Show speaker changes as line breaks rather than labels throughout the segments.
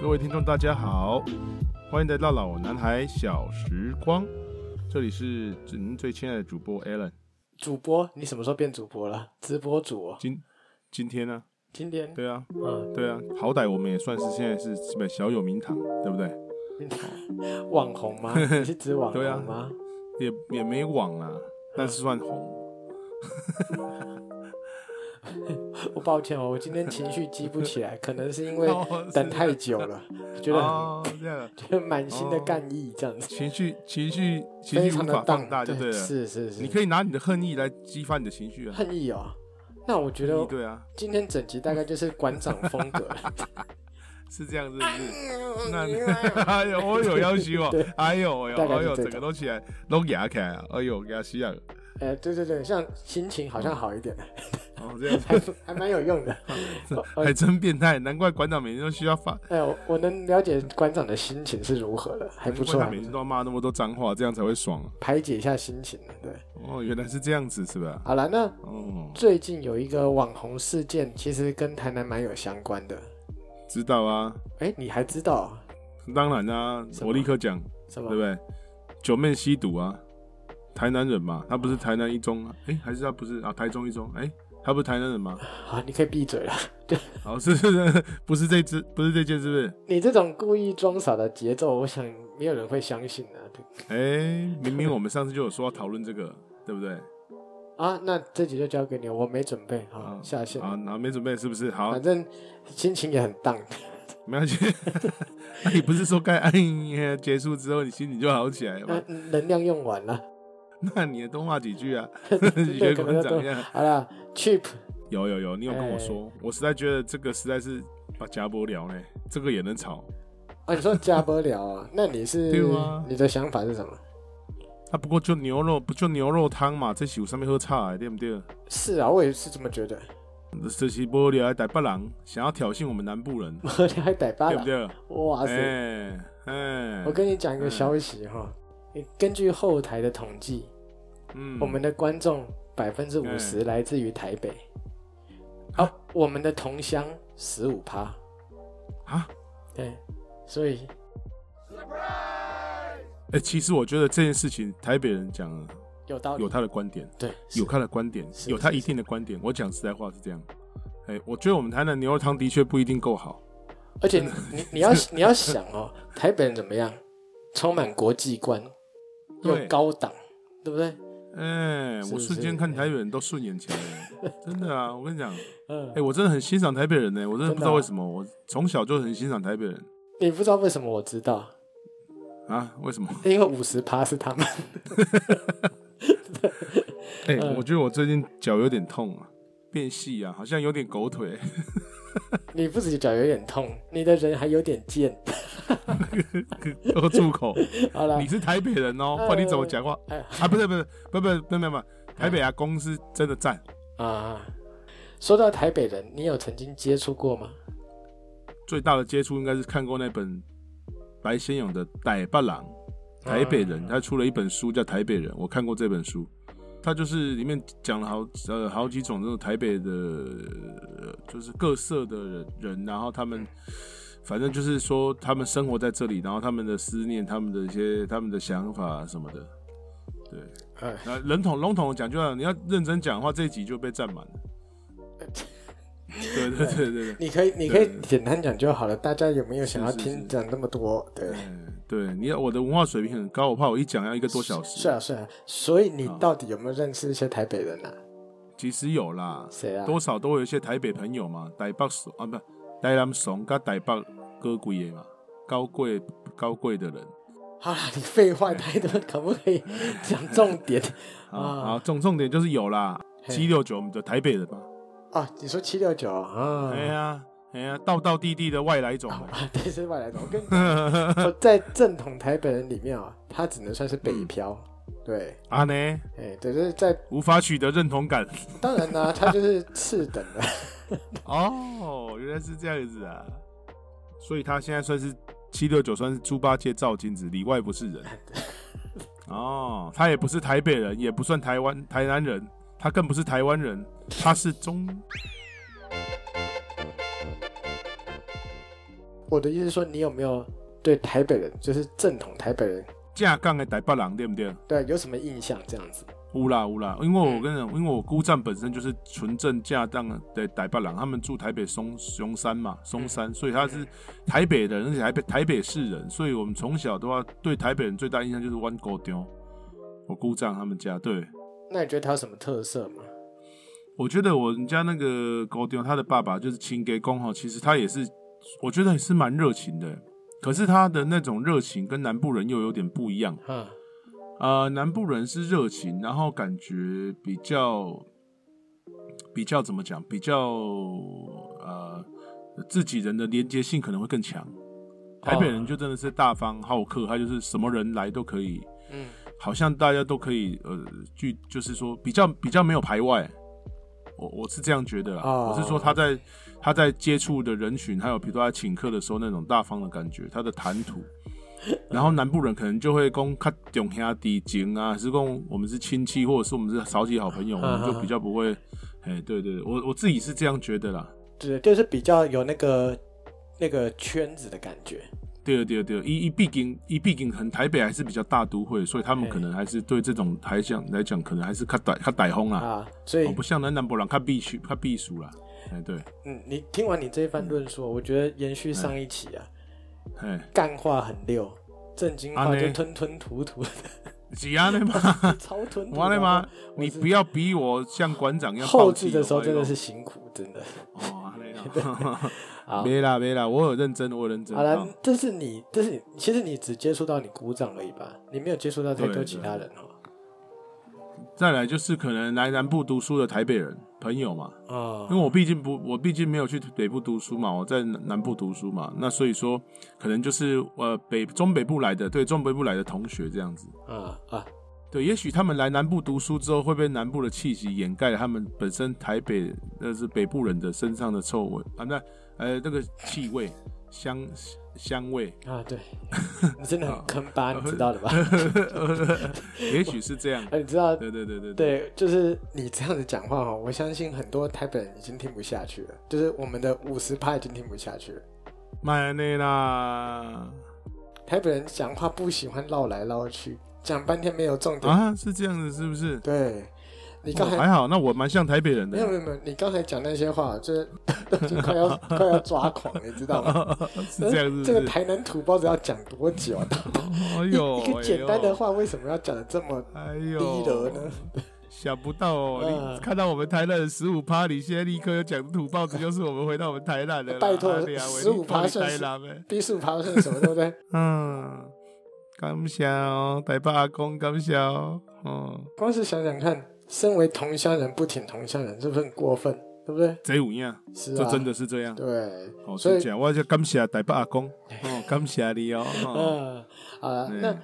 各位听众，大家好，欢迎来到老男孩小时光，这里是您最亲爱的主播 Alan。
主播，你什么时候变主播了？直播主、哦，
今今天呢、
今天，
对啊，
嗯，
对啊，好歹我们也算是现在是什么小有名堂，对不对？
网红吗？你是指网
对啊
红吗？
也也没网啦，但是算红。
我抱歉哦，我今天情绪激不起来，可能是因为
啊 哦
等
是
太久了，觉得、
哦，这样啊
觉得满心的干意这样子，
情绪情绪情
非
绪无
常
法
的
放大就
对，
了。
是是是，
你可以拿你的恨意来激发你的情绪啊。
恨意哦。那我觉得
对啊，
今天整集大概就是馆长风格，
是这样，是不是？
嗯
那哎呦，我有要求哦
对，
哎呦，哎呦，
大概
哎
是
呦，
这
整个
种
都起来，都牙起来啊，哎呦，牙吸啊，
哎，对对对，像心情好像好一点，
哦， 这样子
还还蛮有用的。我
还真变态，难怪馆长每天都需要发，
哎，我我能了解馆长的心情是如何了，还
难
不
怪
错
他
啊，
每天都要骂那么多脏话，这样才会爽啊。
排解一下心情。对，
哦，原来是这样子，是吧？
好了，那
哦，
最近有一个网红事件，其实跟台南蛮有相关的。
知道啊，
哎，你还知道
当然啦，
什么
我立刻讲，
什
对
么
不？对？九妹吸毒啊，台南人嘛，他不是台南一中啊，哎，还是他不是啊，台中一中，哎，他不是台南人吗？
好，啊你可以闭嘴了。
哦，是是是，不是这只，不是这件，是不是？
你这种故意装傻的节奏，我想没有人会相信的、啊。对
哎、明明我们上次就有说要讨论这个，对不对？
啊，那这集就交给你，我没准备，好、
啊
下线。
啊，然后没准备是不是？好
反，正心情也很荡，
没关系。 那你不是说该哎结束之后你心情就好起来了
那
吗？
能量用完了。
那你也多骂几 句啊， 你觉得馆长一样？
好了，cheap
有有有，你有跟我说，
哎
我实在觉得这个实在是把家波聊呢，这个也能吵。
啊，你说加不了 啊？那你是
对啊
你的想法是什么？
啊，不过就牛肉，不就牛肉汤嘛，这酒上面喝茶、对不对？
是啊，我也是这么觉得。
这些波聊还逮巴郎，想要挑衅我们南部人，
我还逮巴
对不
了，
对？
哇塞！
哎哎
我，跟你讲一个消息哈，你根据后台的统计，
嗯
我们的观众百分之五十来自于台北，好、我们的同乡十五趴，
啊，
对，所以
哎、其实我觉得这件事情，台北人讲了
有道理
有，他的观点，
对，
有他的观点，
是
有他一定的观点。我讲实在话是这样。哎、我觉得我们台南牛肉汤的确不一定够好。
而且你你你要你要想哦，台北人怎么样，充满国际观，
对
又高档，对不对？
哎、
是
我瞬间
是
看台北人都顺眼起来了， 真的啊！我跟你讲，
嗯
哎、，我真的很欣赏台北人呢、我真的不知
真的
道
啊
为什么，我从小就很欣赏台北人
你不知道为什么我知道，
啊？为什 么？
因为五十趴是他们，
哎、
嗯
我觉得我最近脚有点痛啊，变细啊，好像有点狗 腿。
你不止脚有点痛，你的人还有点贱。
说出口，
好了
你，是台北人哦，不然你怎么讲话
哎
啊？不是不是不不不不不，台北啊，公司真的赞。
啊，说到台北人，你有曾经接触过吗？
最大的接触应该是看过那本白先勇的《逮巴郎》，台北人，他出了一本书叫《台北人》，我看过这本书，他就是里面讲了好呃好几种这种台北的，呃就是各色的人人，然后他们。反正就是说，他们生活在这里，然后他们的思念、他们的一些、他们的想法什么的，对。
哎，
那人统笼统地讲就啊好，你要认真讲的话，这一集就被占满了。对对对对对。
你可以，你可以简单讲就好了。大家有没有想要
是是
听
是
讲那么多？对，
嗯，对，你要我的文化水平很高，我怕我一讲要一个多小
是
时。
啊，是啊。所以
哦
你到底有没有认识一些台北人啊？
其实有啦，
谁啊？
多少都会有一些台北朋友嘛，台北怂啊，不，台南怂跟台北高贵的嘛，高贵高贵的人
好啦，你废话太多，可不 可以讲重点
啊
啊
啊，重重点就是有啦，
嘿
七六九我们的台北人嘛，
啊？你说七六九啊？
哎呀哎呀，道道地地的外来种嘛，
啊， 对，是外来种。我跟你 讲，我在正统台北人里面啊，他只能算是北漂。对，
啊呢，
哎，对，就是在
无法取得认同感。
当然啦、他就是次等的。
哦，原来是这样子啊！所以他现在算是七六九，算是猪八戒照镜子，里外不是人。哦，他也不是台北人，也不算台湾台南人，他更不是台湾人，他是中。
我的意思是说，你有没有对台北人，就是正统台北人，
架杠的台北人对不对？
对有什么印象？这样子，
乌啦乌啦，因为我跟你讲，因为我姑丈本身就是纯正架杠的台北人，他们住台北松松山嘛，松山，所以他是台北人，而且台北台北市人，所以我们从小的话，对台北人最大印象就是弯狗丢。我姑丈他们家，对
那你觉得他有什么特色吗？
我觉得我们家那个狗丢，他的爸爸就是亲给公哈，其实他也是，我觉得也是蛮热情的，可是他的那种热情跟南部人又有点不一样。
嗯，
呃，南部人是热情，然后感觉比较比较怎么讲，比较呃自己人的连接性可能会更强。台北
哦
人就真的是大方好客，他就是什么人来都可以，
嗯，
好像大家都可以呃聚，就是说比较比较没有排外。我我是这样觉得啦，
哦
我是说他在他在接触的人群，还有比如说他请客的时候那种大方的感觉，他的谈吐。然后南部人可能就会讲较重兄弟情啊，还是讲我们是亲戚，或者是我们是超级好朋友，我们就比较不会。哎，对对，我我自己是这样觉得啦。
对，就是比较有那个那个圈子的感觉。
对对对，一一毕竟一毕竟很台北还是比较大都会，所以他们
嘿
可能还是对这种台讲来讲，可能还是较歹较歹风啦，
啊，所以
哦，不像咱南部人较避暑较避暑啦。哎对，
嗯，你听完你这一番论述，我觉得延续上一期啊，
哎，
干话很溜，正经
啊
话
呢
就吞吞吐 吐的，？
是安尼吗
超吞吐
我
的
的
吗
吗？？
我
你
是
不要逼我像馆长一样
后
暴气
置的时候
我跟你
真的
讲
是辛苦，真的。
哦，安 尼 啊
好
没啦没啦，我有认真，我有认真。
好
啊
了，这是你，这是你，其实你只接触到你鼓掌而已吧，你没有接触到太多
对
其他人哦。
再来就是可能来南部读书的台北人朋友嘛，
哦，
因为我毕竟不，我毕竟没有去北部读书嘛，我在南南部读书嘛，那所以说可能就是呃北中北部来的，对中北部来的同学这样子，
啊啊，
对，也许他们来南部读书之后，会被南部的气息掩盖了他们本身台北那是北部人的身上的臭味啊，那呃那个气味香香 味，
啊，对，你真的很坑巴，你知道的吧？
也许是这样，
哎， 你知道，
对对对对对，
对，就是你这样子讲话哦，我相信很多台北人已经听不下去了，就是我们的五十趴已经听不下去了。
麦内啦
台北人讲话不喜欢绕来绕去，讲半天没有重点。
啊，是这样子是不是？
对，你
哦
刚才、
还好，那我蛮像台北人
没有没
的，
有没有，你刚才讲那些话，就是 都已经 快要快要抓狂，你知道吗？嗯
是这样子。
呃这个台南土包子要讲多久啊？
哎
一
呦，
一个简单的话，为什么要讲的这么？
哎呦，
低了呢？
想不到哦，
嗯
你看到我们台南的十五趴，你现在立刻讲土豹子，就是我们回到我们台南的啦。
拜托
哎呀我一定
15%
帮你
算
台
是
南的。
逼数爬是什么，对不对？
嗯，感谢哦，台北阿公感谢哦。嗯，
光是想想看，身为同乡人不挺同乡人，是不是很过分？对不对？
这有影，
是
这
啊，
真的是这样。
对，
哦，
所
真
以
假，我就感谢台北阿公，哦，感谢你哦。哦
嗯，好了，
嗯
那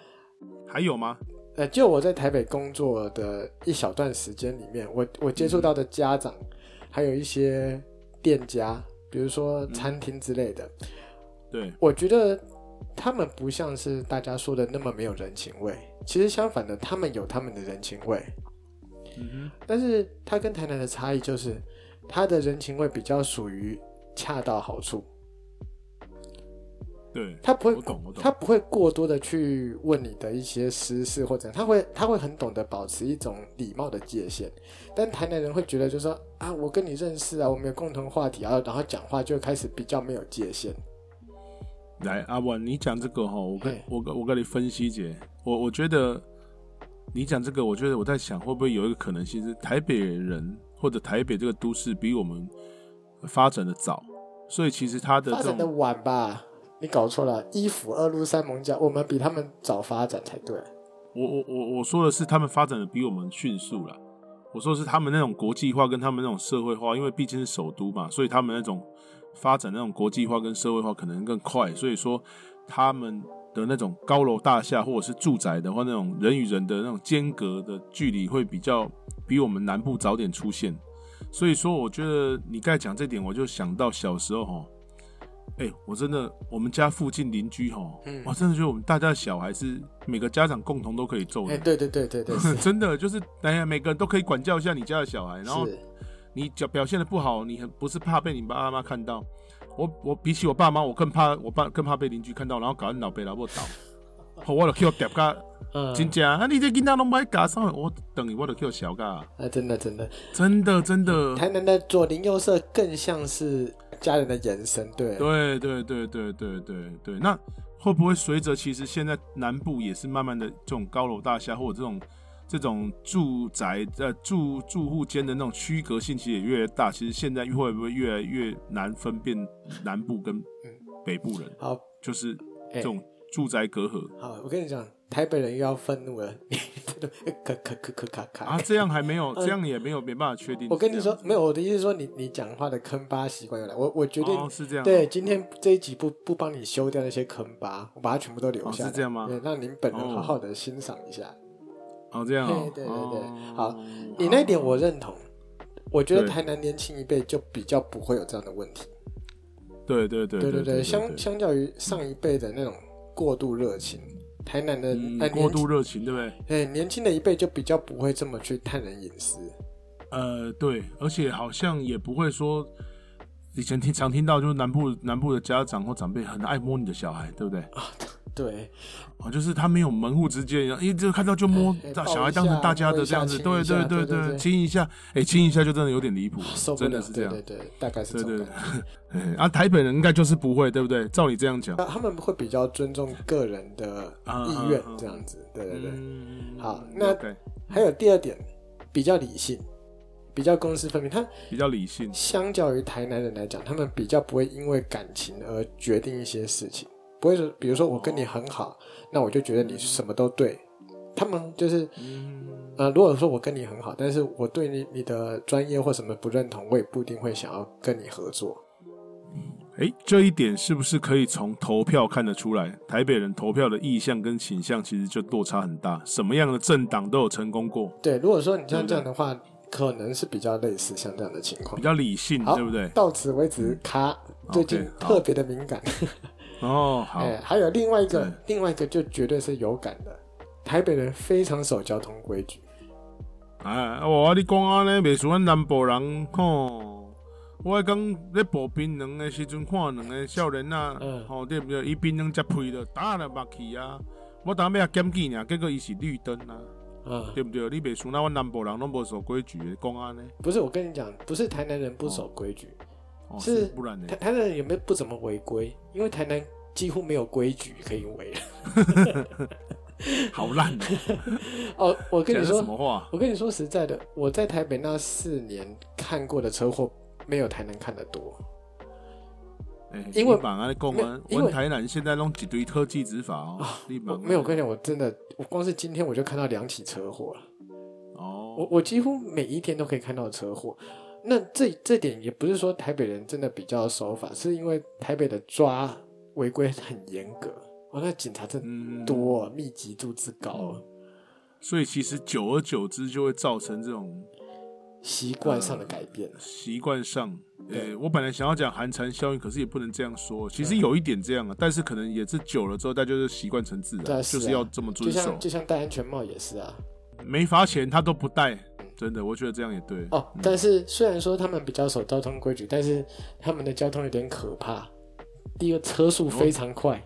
还有吗？
呃，就我在台北工作的一小段时间里面，我我接触到的家长，还有一些店家，比如说餐厅之类的，
对，
我觉得他们不像是大家说的那么没有人情味。其实相反的，他们有他们的人情味，
嗯
但是它跟台南的差异就是，它的人情味比较属于恰到好处，
哼，对，
他不会
我懂我懂
他不会过多的去问你的一些私事或者他会他会很懂得保持一种礼貌的界限。但台南人会觉得就是说啊，我跟你认识啊，我们有共同话题啊，然后讲话就开始比较没有界限。
来，阿文，你讲这个哈，我跟
嘿
我跟我跟你分析一姐，我我觉得你讲这个，我觉得我在想，会不会有一个可能性是台北人或者台北这个都市比我们发展的早，所以其实它的
发
这
展的
种
晚吧，你搞错了，一府二路三艋讲，我们比他们早发展才对。
我我我我说的是他们发展的比我们迅速啦。我说的是他们那种国际化跟他们那种社会化，因为毕竟是首都嘛，所以他们那种发展那种国际化跟社会化可能更快，所以说他们的那种高楼大厦或者是住宅的话，那种人与人的那种间隔的距离会比较比我们南部早点出现。所以说，我觉得你刚才讲这点，我就想到小时候哈，哎、我真的我们家附近邻居哈，
嗯
我真的觉得我们大家的小孩是每个家长共同都可以揍
哎、
的，
对对对对对，是
真的就是哎呀，每个人都可以管教 一下你家的小孩，然后
是
你表表现的不好，你很不是怕被你爸妈看到，我我比起我爸妈，我更怕我爸更怕被邻居看到，然后搞老被老婆倒。好我就去我叠噶，
嗯，
真正啊！你这囡仔拢买嘎上，我等于我就去我小噶，
啊，真的真的，
真的真的，
台南的左邻右舍更像是家人的延伸，对，
对对对对对对对。那会不会随着其实现在南部也是慢慢的这种高楼大厦或者这种这种住宅呃住住户间的那种区隔性，其实也越来越大。其实现在会不会越来越难分辨南部
嗯
跟北部人，
好
就是
哎
这种住宅隔阂、
好，我跟你讲，台北人又要愤怒 了，咔咔咔咔咔咔
啊？这样还没有，这样也没有没办法确定。
呃我跟你
是这
说
样，
没有，我的意思是说你，你讲话的坑巴习惯又来，我我决定、
哦，是这样，
对，今天这一集不不帮你修掉那些坑疤，我把它全部都留下来，
哦是这样吗
对，让您本人
哦
好好的欣赏一下。
哦这样哦，
对对对对
哦
好你那一点我认同，我觉得
对
台南年轻一辈就比较不会有这样的问题。
对对对
对
对
对，相相较于上一辈的那种过度热情，台南的、
嗯
呃
过度
年
热情，对不对？
哎年轻的一辈就比较不会这么去探人隐私。
呃，对，而且好像也不会说，以前听常听到就是南部南部的家长或长辈很爱摸你的小孩，对不对？
啊对，
哦，就是他没有门户之见，一就看到就摸
哎哎
大
抱
小
一
孩，当
下
成大家
摸
的
一
这样
下
子，
亲一
对
下
对
对对对哦
亲一下，哎，亲一下就真的有点离谱，
受不
真的
了，
是这样
对。对对，大概是
对
这
对
种
对
感
哎
觉。
啊，台北人应该就是不会，对不对？照你这样讲，
那他们会比较尊重个人的
啊
意愿
啊啊，
这样子。对对对。
嗯
好那
OK，
还有第二点，比较理性，比较公私分明。他
比较理性，
相较于台南人来讲，他们比较不会因为感情而决定一些事情，不会说，比如说我跟你很好，那我就觉得你什么都对。他们就是，
嗯，
呃，如果说我跟你很好，但是我对你你的专业或什么不认同，我也不一定会想要跟你合作。
哎，这一点是不是可以从投票看得出来？台北人投票的意向跟倾向其实就落差很大，什么样的政党都有成功过，
对，如果说你像
对
这样的话，可能是比较类似像这样的情
嗯
况
比。较理性，
好
对不对？
到此为止，卡最近
OK，好
特别的敏感。
哦，好，
哎，还有另外一个
对，
另外一个就绝对是有感的。台北人非常守交通规矩，
啊，我你讲安尼，袂输咱南部人吼。我讲咧步槟榔的时阵，看两个少年啊
嗯，
吼、对不对？伊槟榔食屁了，打了目去啊。我当尾啊检举尔，结果伊是绿灯啊，
嗯，
对不对？你袂输咱阮南部人拢无守规矩的，讲安尼，
不是我跟你讲，不是台南人不守规矩，
哦，
是
不然呢
台？台南人也没不怎么违规，因为台南几乎没有规矩可以违。
好烂、哦，
哦，我跟
讲
你
的
说
什，么话？
我跟你说实在的，我在台北那四年看过的车祸，没有台南看的多。
哎
因为啊
你把安尼讲
没有
啊，
因为
阮台南现在拢一堆特技执法哦，你
我
忙
没有，我跟你讲，我真的，我光是今天我就看到两起车祸了。我
哦，
我几乎每一天都可以看到车祸。那这这点也不是说台北人真的比较守法，是因为台北的抓违规很严格，哦，那警察真的
嗯，
多，啊密集度之高，啊
所以其实久而久之就会造成这种
习惯
嗯
上的改变。啊
习惯上，呃、
对
我本来想要讲寒蝉效应，可是也不能这样说。其实有一点这样啊，但是可能也是久了之后，大家就是习惯成自然，
对啊是
就
啊
是要这么
就
遵守
像。就像戴安全帽也是啊，
没罚钱他都不戴，真的，我觉得这样也对。
哦，但是虽然说他们比较守交通规矩，但是他们的交通有点可怕。第一个车速非常快，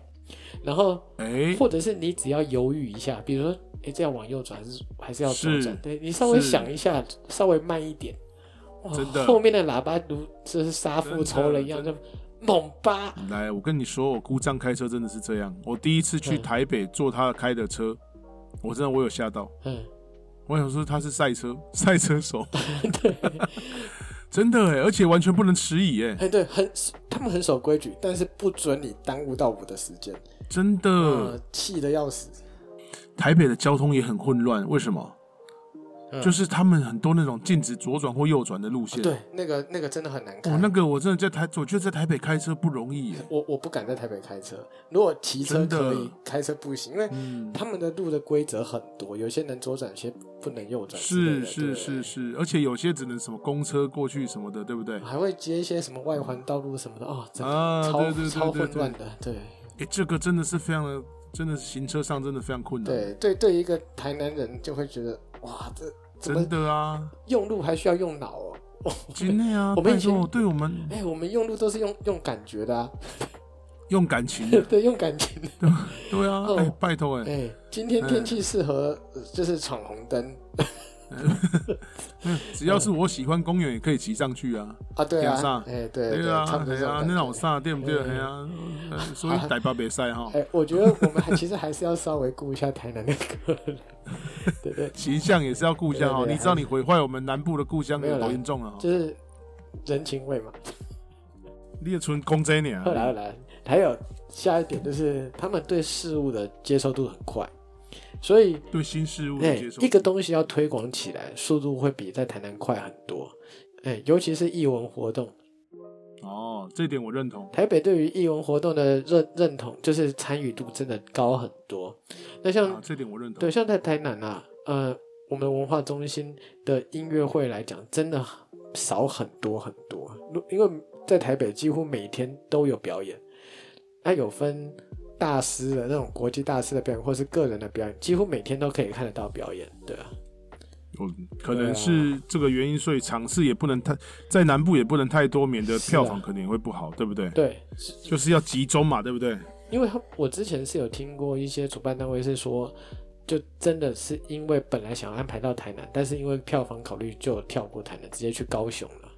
然后
哎、
或者是你只要犹豫一下，比如说，哎，这要往右转还是还是要左
是
转？对你稍微
是
想一下，稍微慢一点，哇，
真的
后面的喇叭如就是杀
真
父
的
仇人一样，
真
就猛扒。
来，我跟你说，我姑丈开车真的是这样。我第一次去
嗯
台北坐他开的车，我真的我有吓到。
嗯，
我想说他是赛车 赛车手，
对，
真的哎，而且完全不能迟疑哎，
哎，对，很，他们很守规矩，但是不准你耽误到我的时间，
真的。
嗯，气得要死。
台北的交通也很混乱，为什么？
嗯
就是他们很多那种禁止左转或右转的路线。
对，那个那个真的很难
哦，
看。
那个我真的在台，我觉得在台北开车不容易耶。
我我不敢在台北开车，如果骑车
真的
可以，开车不行，因为
嗯，
他们的路的规则很多，有些能左转，有些不能右转之类
是
的。
是是
对
是，而且有些只能什么公车过去什么的，对不对？
还会接一些什么外环道路什么的哦，真的、
啊，
超
对对对
超
对
混
对
乱，的，对
哎，这个真的是非常的，真的是行车上真的非常困难。
对对对，一个台南人就会觉得哇，这怎么
真的啊，
用路还需要用脑哦？我
境内啊，
我们以
拜托
前
对我们
哎、我们用路都是用用感觉的、啊，
用感情的，
对，用感 情的。
对啊，
哦
哎，拜托哎，
哎、今天天气适合、呃就是闯红灯
嗯只要是我喜欢公园，也可以骑上去啊。
啊，对
天上
啊，哎、对
对
差
啊，
不多
对
这种
啊，
感
那
觉
种啥对不对？
嗯
哎呀，呃所 以台北比赛哈
哎、，我觉得我们还 其实还是要稍微顾一下台南的客人，对对，
形象也是要故乡
对
哦。
对
你知道你毁坏我们南部的故乡
没有
有
啦
多严重了哦？
就是人情味嘛。
列村公这你
后来后
啊，
来，还有下一点就是他们对事物的接受度很快，所以
对新事物的
哎、
接受，
一个东西要推广起来，速度会比在台南快很多。哎、尤其是艺文活动，
哦，这点我认同。
台北对于艺文活动的认认同，就是参与度真的高很多。那像、
啊，这点我认同
对，。像在台南啊，呃，我们文化中心的音乐会来讲，真的少很多很多。如因为在台北几乎每天都有表演，它有分大师的那种国际大师的表演，或是个人的表演，几乎每天都可以看得到表演。对啊，
有哦可
对啊
能是这个原因，所以场次也不能太在南部也不能太多，免得
是啊
票房可能也会不好，对不对？
对，
就是要集中嘛，对不对？
因为他我之前是有听过一些主办单位是说，就真的是因为本来想安排到台南，但是因为票房考虑就跳过台南，直接去高雄了。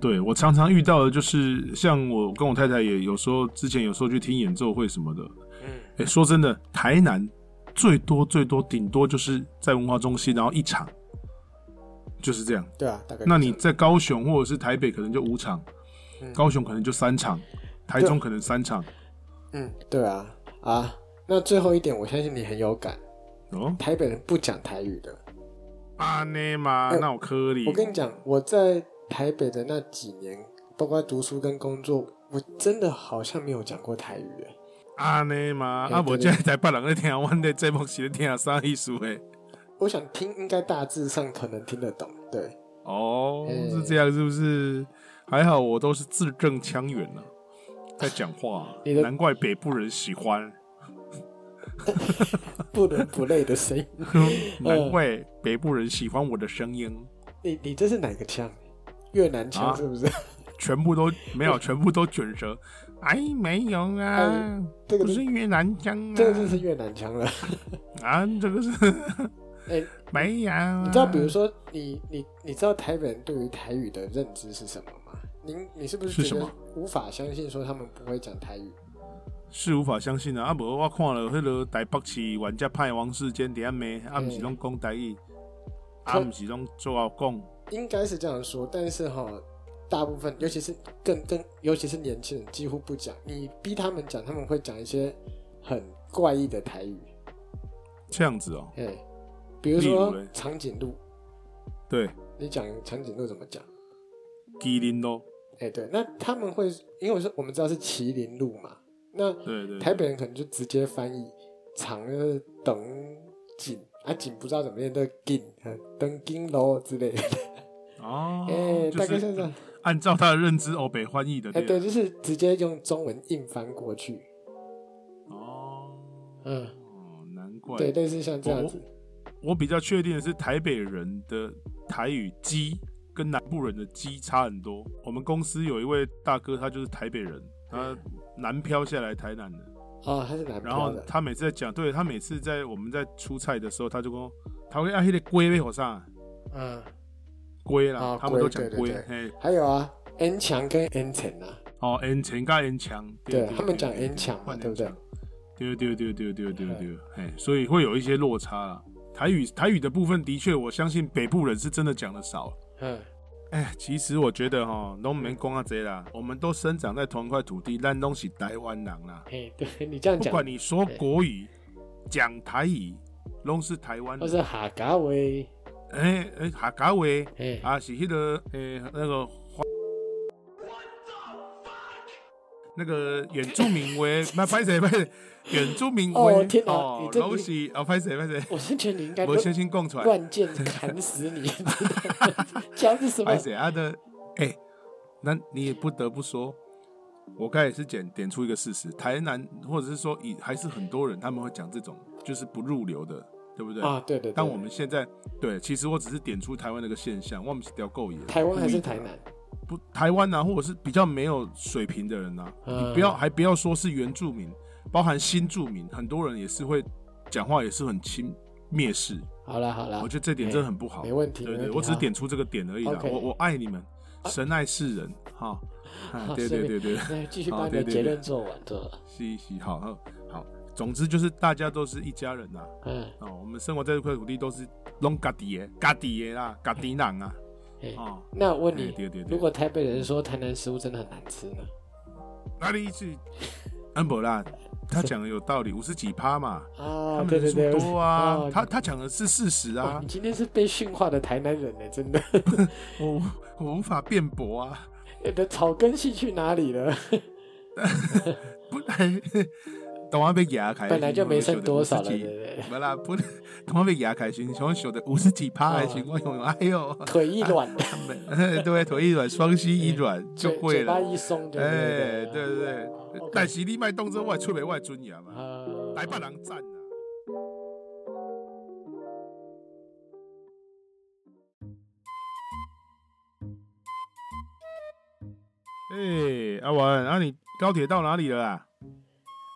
对我常常遇到的就是，像我跟我太太也有时候之前有时候去听演奏会什么的，
嗯，
哎，说真的，台南最多最多顶多就是在文化中心，然后一场，就是这样。
对啊，大概
那
就
你
这样
在高雄或者是台北可能就五场，
嗯
高雄可能就三场，台中可能三场。
嗯，对啊啊，那最后一点我相信你很有感，
哦，
台北人不讲台语的。
阿内嘛，
哎
那我颗粒
我，跟你讲，我在台北的那几年，包括读书跟工作，我真的好像没有讲过台语耶。
阿内嘛，
哎
啊，我
对对
现在台北人在听，我的节目是在听啥意思诶？
我想听，应该大致上可能听得懂。 对，
哦，
哎
是这样，是不是？还好我都是字正腔圆呢、在讲话
你的，
难怪北部人喜 欢，
不伦不类的声音。
难怪北部人喜欢我的声音，
你你这是哪个腔？越南腔
啊
是不 是？
全部都没有，全部都卷 舌。哎，没有啊
哎，这个
不是越南腔啊，
这个就是越南腔了。
啊，这个是
哎、
没有、啊。
你知道，比如说你你你知道台北人对于台语的认知是什么吗？您你是不
是
是觉
什
得
么
无法相信说他们不会讲台语？
是无法相信的啊！无我看了迄个台北市玩家派王世坚伫遐骂，啊，毋是拢讲台语，啊，
可
毋是拢做后讲。
应该是这样说，但是哈，大部分尤其是更更尤其是年轻人几乎不讲，你逼他们讲，他们会讲一些很怪异的台语，
这样子哦、
哎、比如说
例如嘞
长颈鹿，
对，
你讲长颈鹿怎么讲？
麒麟咯，
哎、对，那他们会，因为我说我们知道是麒麟鹿嘛，那
对对
台北人可能就直接翻译长就是等紧啊紧不知道怎么念的紧，呃等紧喽之类的，
哦，
哎、
就
大概是这
是
样，
按照他的认知哦欧北翻译的，对
哎、对，
了
就是直接用中文硬翻过去，
哦，
嗯。
哦，难怪。
对，类似像这样
我
子，
我比较确定的是，台北人的台语“鸡”跟南部人的“鸡”差很多。我们公司有一位大哥，他就是台北人，他南漂下来台南的。
哦，他是南
然
漂
后
的，
他每次在讲，对他每次在我们在出菜的时候，他就跟我，他会啊，那个龟被火上
嗯，
龟啦
啊，
他们都
龟
讲
对对
龟，
对
嘿，
还有啊，N 强跟 N 层啊，
哦，N 强加 N 强，
对他们讲
对
N 强嘛，
换
对不对
N？强对对对对对对对，哎，所以会有一些落差啦。台语台语的部分，的确，我相信北部人是真的讲的少。
嗯，
哎，其实我觉得哈，都没讲啊这啦，我们都生长在同一块土地，烂东西台湾人啦。
嘿，对 你这样
不
讲，
管你说
对
国语、讲台语，拢是台湾
或
人。
是哈嘎威，
哎哎，客家话
嘿，
啊，是迄、个诶、那个花那个原住民话，那拍谁拍谁，原住民话
哦天哪你
哦，
这
都是哦拍谁拍谁，
我是觉得你应该都
无小心讲出来，
乱箭砍死你，真的 讲是什么
拍？谁啊的，哎、那你也不得不说，我刚才也是点点出一个事实，台南或者是说以还是很多人他们会讲这种就是不入流的，对不对？
啊，对对对，
但我们现在对，其实我只是点出台湾那个现象，我们是聊够野，
台湾还
故
是
意的
台南，
不台湾啊，或者是比较没有水平的人呐、
嗯
你不要还不要说是原住民，包含新住民，很多人也是会讲话也是很轻蔑视，
好了好了
我觉得这点真的很不好。
啊哎没问题
对
没
对，
问题
我只是
哈
点出这个点而已啦。
OK
我我爱你们，神爱世人哈。 哎
好
对对
是
对对，
那继续
好
把你
对
的
对
结
对
论做完，做了，
嘻嘻，好好好，总之就是大家都是一家人呐、
嗯，
哦，我们生活在这块土地都是拢家己的，家己的啦，家己人啊。
哎，
哦，
那我问
哎对对
你，
对
如果台北人说台南食物真的很难吃呢？
哪里是安博啦？他讲的有道理，五十几趴嘛，
啊
他，们
对对
人
对，
数多啊
哦。
他他讲的是事实
哇
啊
你，今天是被驯化的台南人呢，真的，
我我无法辩驳啊。
你的草根系去哪里了？
不然，等我被牙开，
本来就没剩多少了，
50
对
几
不对？
没啦，不，等我被牙开心，想想的五十几趴还行，我用用哎呦，
腿一软，
没对，腿一软，双膝一软 就
嘴
会
嘴巴
了。
一松就
哎，对
对
对
了。
对，
好，OK
但是你卖动作外出卖外尊严嘛，
呃
台北人赞啊。哎、阿文，啊你高铁到哪里了啊？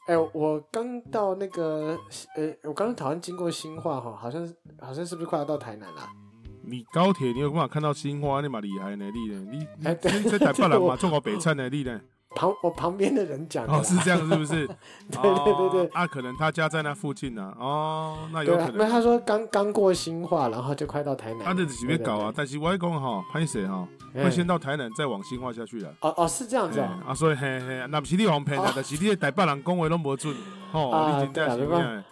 哎，我刚到那个，呃，我刚刚好像经过新化哈，好像是好像是不是快要到台南啦？
你高铁你有办法看到新花，你嘛厉害呢，你呢，你
哎对
你在台北
这个
人嘛
我
做过北菜呢，你呢？
旁我旁边的人讲的啦
哦，是这样是不是？
对对对对
哦啊，可能他家在那附近呢、啊。哦，那有
对
可
啊，没有
能。
他说刚刚过新化，然后就快到台南了。
他这是别搞啊，但是我讲哈，潘谁哈，
对，对
会先到台南，再往新化下去的。
哦哦是这样子
嘿
啊。
啊，所以嘿嘿，那不是你哄骗啦
哦，
但是你的台北人讲话拢无准，吼，
啊
你真正是有
对啦
影的。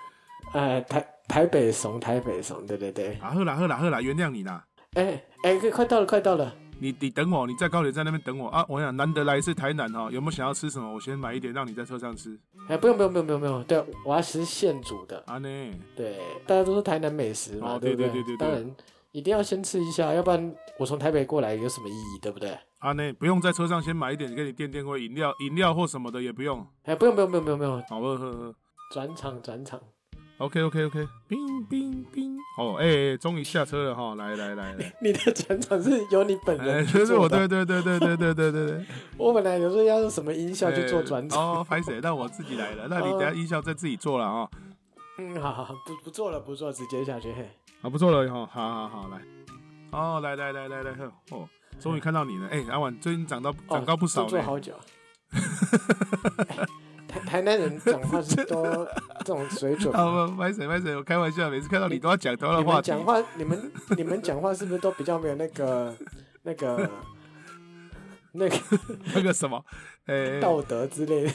哎，台台北怂，台北怂，对对对。
啊，好啦好啦好啦，原谅你啦。
哎哎，快到了，快到了。
你你等我，你在高铁站那边等我啊！我想难得来一次台南哈，有没有想要吃什么？我先买一点让你在车上吃。
哎，不用不用不用不用不用，对我要吃现煮的。
啊呢，
对，大家都说台南美食嘛，
哦
不
对对对对对
当然一定要先吃一下，要不然我从台北过来有什么意义，对不对？
啊呢，不用在车上先买一点给你垫垫胃，饮料饮料或什么的也不用。
哎，不用不用不用不用不用，
好，喝喝喝。
转场转场，
OK OK OK，冰冰冰。哦，哎、哎终于下车了哈！来来来 来，
你的转场是由你本
哎，
人
就
去
是我，
做
对
的。
对对对对对对对对。
我本来有时候要用什么音效去哦做转场，
哎哦，拍谁？那我自己来了。那你等下音效再自己做了啊。
嗯，好好好，不不做了不做了，直接下去。嘿
啊，不错了哈，好好好，来，哦，来来来来来，呵哦，终于看到你了，哎、阿婉最近长到
哦
长高不少
动作
呢，
好久。台台南人讲话是都这种水准吗，
啊，不，拍谁拍谁，我开玩笑，每次看到你都要讲同样
你
的话
们
题，
讲话，你们你们讲话是不是都比较没有那个那个那个
那个什么，哎、哎
道哎德之类的？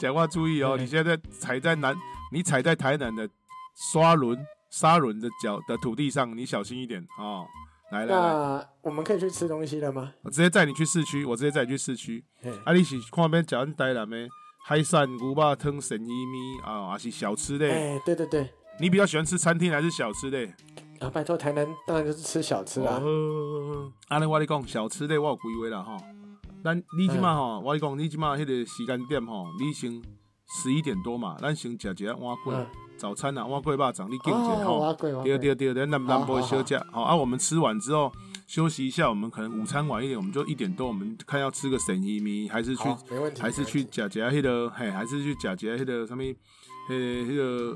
讲话注意哦，
对
你现在踩在南，你踩在台南的刷轮沙轮的脚的土地上，你小心一点哦。来来来，
那我们可以去吃东西了吗？
我直接载你去市区，我直接载你去市区。
嘿
啊，你是看边讲台南的海产牛肉汤、神医米啊，还是小吃类？
哎，对对对，
你比较喜欢吃餐厅还是小吃类？
啊，拜托，台南当然就是吃小吃啦。
哦，安尼我咧讲，小吃咧我有规划啦吼。咱你即马吼，我咧讲你即马迄个时间点吼，你先十一点多嘛，咱先食一下碗粿
嗯
早餐啊啦，碗粿肉粽，你敬一下
哦，我
吼。
要贵，我要
对
贵
对对，咱南
好
南部
好
休
好
假好啊。我们吃完之后休息一下，我们可能午餐晚一点，我们就一点多，我们看要吃个神医米，还是去
好，没问题，
还是去
没问题
食一下迄个，嘿，还是去食一下迄个什么，迄迄个呃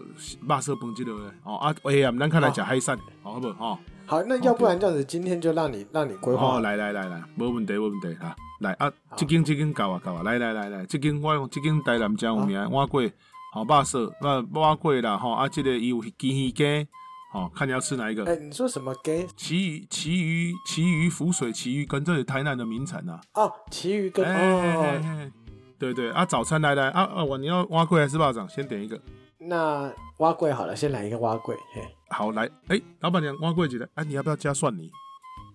肉色饭之类的。哦啊，哎呀，咱看来食海产，好好不好？吼
好，那要不然这样子，今天就让你让你规
哦，
划。
来来来来，无问题无问题哈、啊来啊，即间即间到啊到啊，来来来来，即间我讲即间台南
啊
真有名，碗粿好肉色，那碗粿啦吼，啊，即、个伊有鸡鱼羹，吼、看你要吃哪一个。
哎，你说什么 gay？
其余其余其余浮水其余羹，这是台南的名产呐、
哦，其余
啊。
跟哦，
哎对对啊，早餐来来啊啊，我你要蛙粿还是巴掌？先点一个。
那挖贵好了，先来一个挖贵。嘿，
好来，哎、老板娘蛙粿几个？啊，你要不要加蒜泥？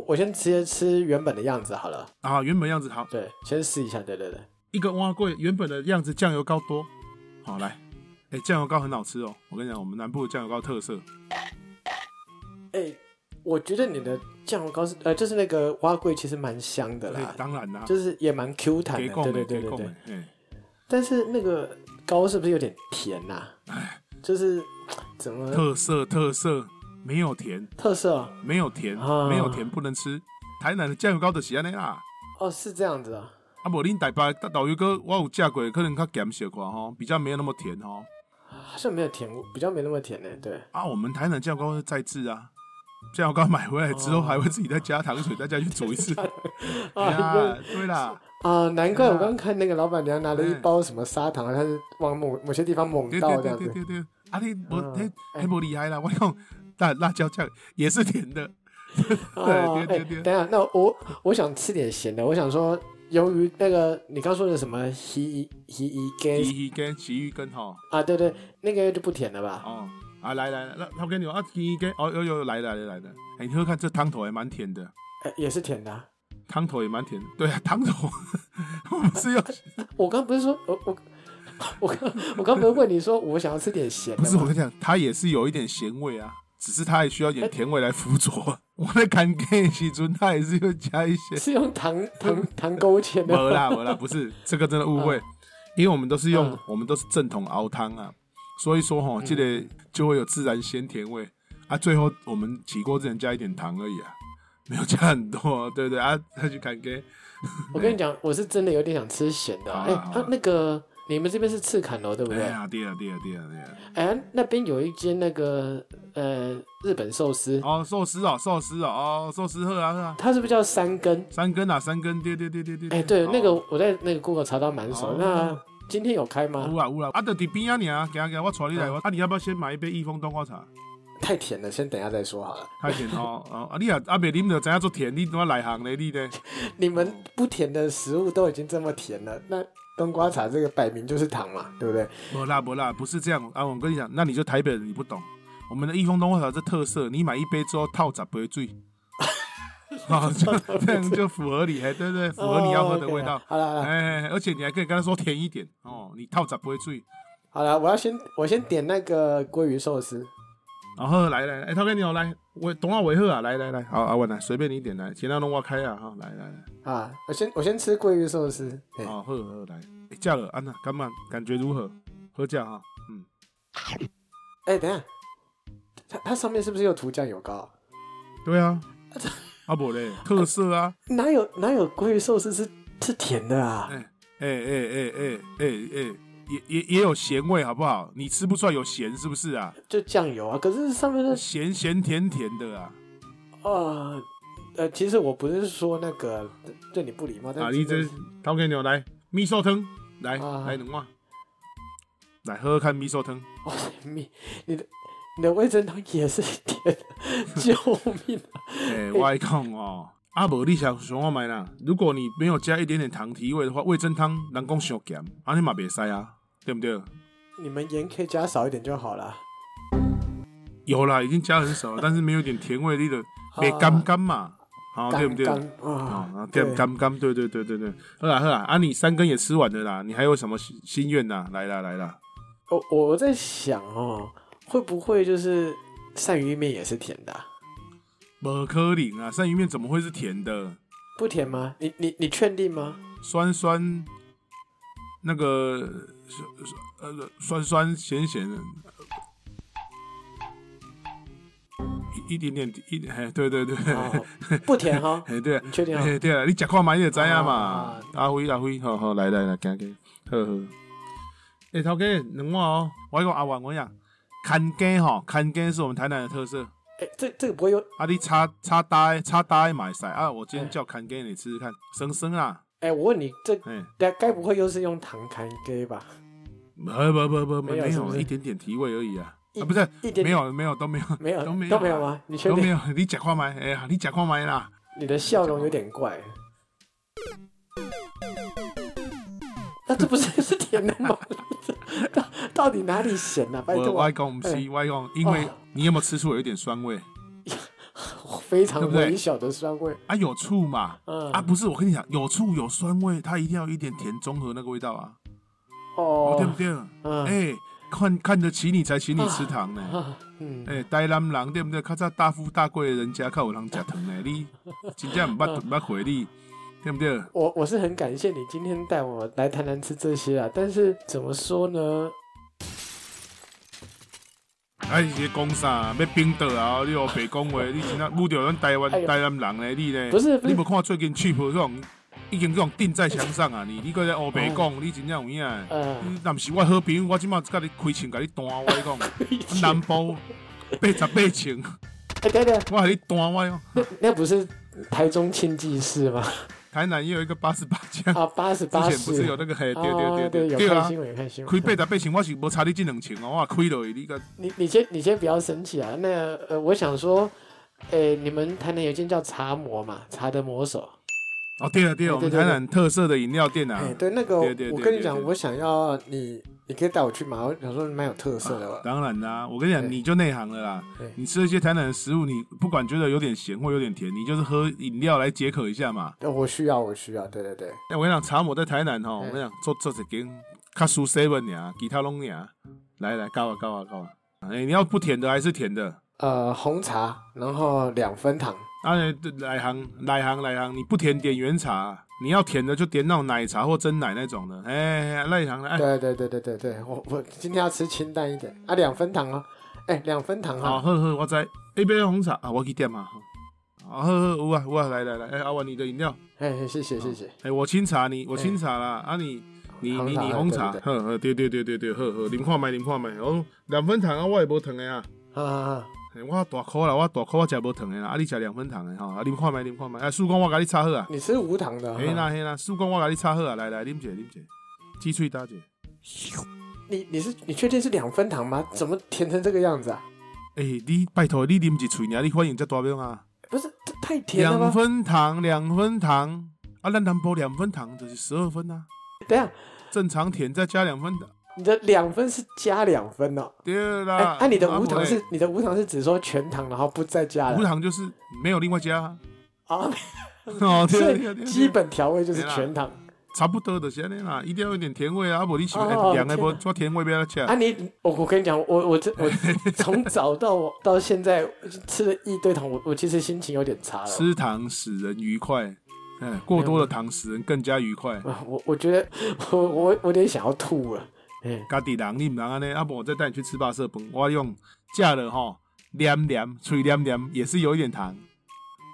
我先直接吃原本的样子好了。
啊，原本样子好，
对，先试一下。对对对，
一个蛙粿原本的样子酱油膏多。好来，哎、酱油膏很好吃哦。我跟你讲，我们南部的酱油膏特色。
哎、我觉得你的酱油膏是呃，就是那个蛙桂其实蛮香的
对
啦，，
哎当然啦，
就是也蛮 Q 弹
给
的，
供
对
的，
对对
给
对
供
对
的。。哎，
但是那个膏是不是有点甜呐、就是怎么
哎特色特色没有甜，
特色啊？
没有甜，
啊
没有甜不能吃。台南的酱油膏就是安尼啦，
哦，是这样子啊。
啊无恁台北导游哥我有食过，可能较咸小块吼，比较没有那么甜吼。
好像没有甜过，比较没那么甜呢、对，
啊，我们台南酱油膏是再制啊，酱油膏买回来之后
哦
还会自己再加糖水，再加去煮一 次。哎
啊
呀， 对啦，
啊，难
嗯
怪我刚看那个老板娘拿了一包什么砂糖，她是往某某些地方猛
对
倒
对
这
对
样
对
子。
对对，啊你无
嗯
迄
哎
迄无厉害啦，我用辣辣椒酱也是甜的。
哦
对，
哎
对对对，
等一下，那我我想吃点咸的，我想说，由于那个你刚说的什么 he he he
鲫
gay
鱼跟奇鱼羹吼。
啊，对对，那个就不甜了吧？
哦，啊，来来来，那我跟你讲啊，第一个哦，有有有来了来了来了，哎、你喝看这汤头还蛮甜的，
呃也是甜的啊、
汤头也蛮甜的，对啊，汤头， 我们是 要
我刚不是说，我我我 刚我刚不是问你说我想要吃点咸的
不
吗？
是我跟你讲，它也是有一点咸味啊，只是它也需要一点甜味来辅佐。 我在看 K 时阵，它也是会加一些，
是用 糖糖糖勾芡
没
的吗。
啦没啦，不是这个真的误会，因为我们都是用、
嗯
我们都是正统熬汤啊，所以说吼，这个就会有自然鲜甜味啊。最后我们起锅之前加一点糖而已啊。没有加很多，对对啊，再去看 K，
我跟你讲，我是真的有点想吃咸的啊。
好
哎、
啊好啊
啊，那个你们这边是赤坎楼对不
哎
对？
呀，对啊，对啊，对啊，对啊！
哎、那边有一间那个呃日本寿司，
哦，寿司哦，寿司哦，哦，寿司喝啊喝啊，
它是不是叫三根？
三根啊，三根，对对对对对。
哎、对，
哦
那个我在那个 Google 查到蛮熟。
哦
那今天有开吗
有？啊有啊，啊，就伫边啊你啊，行行，我带你来，
嗯
啊，你要不要先买一杯益丰冬瓜茶？
太甜了，先等一下再说好了。
太甜哦，哦，啊，你啊，啊，袂啉着，知影做甜，你怎啊内行咧？你咧？
你们不甜的食物都已经这么甜了，那冬瓜茶这个摆明就是糖嘛，对不对？
无啦无啦，不是这样啊，我跟你讲，那你就台北人，你不懂，我们的益丰冬瓜茶是特色，你买一杯之后套十杯 醉。好，就这样就符合你，哎，对对，符合你要喝的味道
哦。，OK，好了好了
哎，而且你还可以跟他说甜一点哦，你套闸不会醉。
好了，我要先我先点那个鲑鱼寿司。
然后来来，哎、涛哥你好，来，我董浩维赫啊，来来来，好阿文来，随便你点来，钱到弄我开啊，哈、来来来，
啊，我先我先吃鲑鱼寿司。嘿
好、喝喝来，哎、价了，安娜，干嘛？感觉如何？喝价哈、嗯，
哎、等一下，它它上面是不是有涂酱油膏啊？
对啊，阿伯嘞，特色啊，
哪有哪有鲑鱼寿司是是甜的啊？
哎哎哎哎哎哎哎，也也也有咸味好不好？你吃不出来有咸是不是啊？
就酱油啊。可是上面的
咸咸甜甜的啊，
啊呃，其实我不是说那个对你不礼貌，但
啊，
是
你这
真的是
涛哥你好，来米寿汤，来、
啊
来两碗，来喝喝看米寿汤。
哇塞，你你的你的味噌汤也是甜的，救命、啊！
哎、我来讲哦，啊无你想想我买啦。如果你没有加一点点糖提味的话，味噌汤人讲上咸，安尼嘛袂使啊，对不对？
你们盐可以加少一点就好了。
有啦，已经加很 少了，但是没有一点甜味，你 的
啊
袂干干嘛，好、对不
刚
对？
刚
哦，然
啊
后，点干干，对对对对对，好啦好啦，啊你三根也吃完了啦，你还有什么心心愿呐？来啦来啦，
我我我在想哦，会不会就是鳝鱼面也是甜的啊、
无可能啊，鳝鱼面怎么会是甜的？
不甜吗？你你你确定吗？
酸酸，那个呃酸酸咸咸的，一一点点一哎对对对，
哦，不甜哈，
哎对啊
你 确定啊？
哎对啊，你吃看嘛，你就知影嘛
啊。
阿辉阿辉，好好来来来，行行，好好。哎头家两碗哦，我跟你讲阿婉我跟你讲，砍鸡吼，砍鸡是我们台南的特色。
哎，这这个不会有，
啊，你叉叉大叉大买晒啊！我今天叫砍鸡你吃吃看，生生啊啦，
哎，我问你，这
哎、
该该不会又是用糖干给吧？
不不不不，
没
没
有
有
是不是
一点点提味而已啊，
一
啊不是，
一点点
没有没有都没有
没有
都没有啊
都没有吗？你确
都没
定？
有，你假看麦，哎呀，你假看麦啦，
你的笑容有点怪。那这不是 是甜的吗？到到底哪里咸呢、啊？拜
我
托
外，公不
哎
是外公，因为
哦
你有没有吃出有一点酸味
非
对
常
不对
微小的酸味。
啊？有醋嘛？
嗯
啊，不是，我跟你讲，有醋有酸味，它一定要有一点甜中和那个味道啊，
哦，
对不对？
嗯、
哎，看看得起你才请你吃糖呢。
啊，嗯，
哎，台南人对不对？较早大富大贵的人家，靠有人食糖呢，你真正唔捌唔捌回你，对不对？
我我是很感谢你今天带我来台南吃这些啊，但是怎么说呢？
哎啊，你是讲啥？要冰岛啊，你有北讲话，你真正遇到咱台湾
哎呦
台南人咧，你咧，
不是不
你
是
无看最近 cheap 这种已经这种钉在墙上啊！你你搁在黑白
哦
讲，你真正有影啊的。
嗯，
你若毋是我好朋友，我即马甲你开枪，甲你单我 跟你讲，南部八十八枪，
哎，等等，
我甲你单我哦。
那那不是台中庆记市吗？
台南也有一个八十八枪，
啊，八十
之
八
前不是有
市，
那个嘿，对
哦
对对对，
有
对
看
啊，
新闻，有看新闻。
开八十八枪，我是无差你这两枪哦，我开落去你个
你你先你先不要生气啊，那呃，我想说，诶，你们台南有一间叫茶魔嘛，茶的魔手。
哦，对了对了，我
对对
们
对
台南特色的饮料店啊
哎、，对，那个
对对
我
对
跟
对
你讲，
对
我想要你，你可以带我去吗？我想说蛮有特色的，
当然啦、我跟你
对
讲，你就内行了啦
对。
你吃一些台南的食物，你不管觉得有点咸或有点甜，你就是喝饮料来解渴一下嘛。
呃我需要，我需要，对对对，
哎、我跟你讲，茶某在台南哈，
对
我跟你讲，做做一间，卡输 seven 呀，其他拢呀，来来，高啊高啊高啊！哎、你要不甜的还是甜的？
呃，红茶，然后两分糖，
啊，哎对来行来行来行，你不甜点原茶，你要甜的就点那种奶茶或真奶那种的。哎、来行哎，
对对对对对对，我我今天要吃清淡一点啊，两分糖哦，哎、两分糖
好
哈，
喝喝，我知一杯红茶啊，我去点嘛。好喝喝，有啊有啊，来来来，哎、阿婉你的饮料。
哎、谢谢谢谢，
哎、我清茶你，我清茶啦。啊你，你你你红茶，
对对
呵呵，对对对对对，呵呵，啉看麦啉看麦。哦，两分糖啊，我也无糖的啊。
啊啊啊，
哎我大颗啦，我大颗我食无糖的啦，啊你食两分糖的吼，啊啉看麦啉看麦。啊，曙光我甲你炒好啊。
你吃无糖的哈、
嘿啦嘿啦，曙光我甲你炒好啊，来来啉者啉者，鸡喙搭者。
你你是你确定是两分糖吗？怎么甜成这个样子啊？
哎、你拜托你啉一喙尔，你反应才大变啊。
不是，这太甜了
两
吧？
分糖，两分糖，啊咱南部两分糖就是十二分啊，
等一下，
正常甜再加两分糖。
你的两分是加两分哦，
对
哎、
啦，
啊，你的
啊
无糖
不
是、
然
你的无糖是只说全糖，然后不再加
无
了
糖就是没有另外加、 啊。
啊？
哦，对
所
啊对啊对
以
啊
基本调味就是全糖。
差不多就是安尼啦，一定要有点甜味啊，啊不然你想
哦
哎凉的
天
无
哪
做甜味不要吃。
啊你，我我跟你讲，我我这我 从早到我到现在吃了一堆糖，我我其实心情有点差了。
吃糖使人愉快，哎，过多的糖使人更加愉快。
啊我我觉得 我我我有点想要吐了。嗯，
家己人你唔通安尼，啊不然我再带你去吃巴色崩，我用加了吼，黏黏吹黏黏也是有一点糖。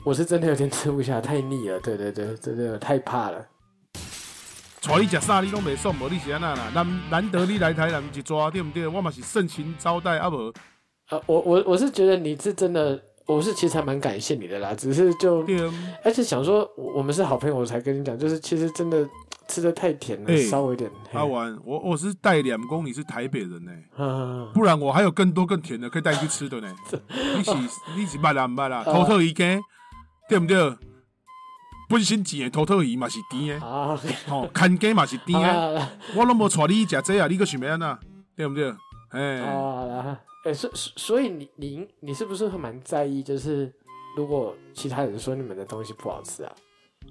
我是真的有点吃不下，太腻了。对对对，真的太怕了。
带你食啥你拢袂爽，无你是安那啦？难难得你来台南一抓，对不对？我嘛是盛情招待，啊无
啊，我我我是觉得你是真的，我是其实还蛮感谢你的啦，只是就
对。
而且想说，我我们是好朋友，我才跟你讲，就是其实真的吃的太甜了，
哎
稍微有点。
阿完，我我是带两公，你是台北人呢、
嗯嗯，嗯
不然我还有更多更甜的可以带你去吃的呢。你是你是捌啦毋捌啦，
呃
头套鱼羹对不对？本身钱的头套鱼嘛是甜的，
啊，
吼，牵鸡哦嘛是甜的，
啊
我拢无带你去食这啊，你个想要安那？对不对？哎，
啊，哎、所所所以你你你是不是会蛮在意？就是如果其他人说你们的东西不好吃啊，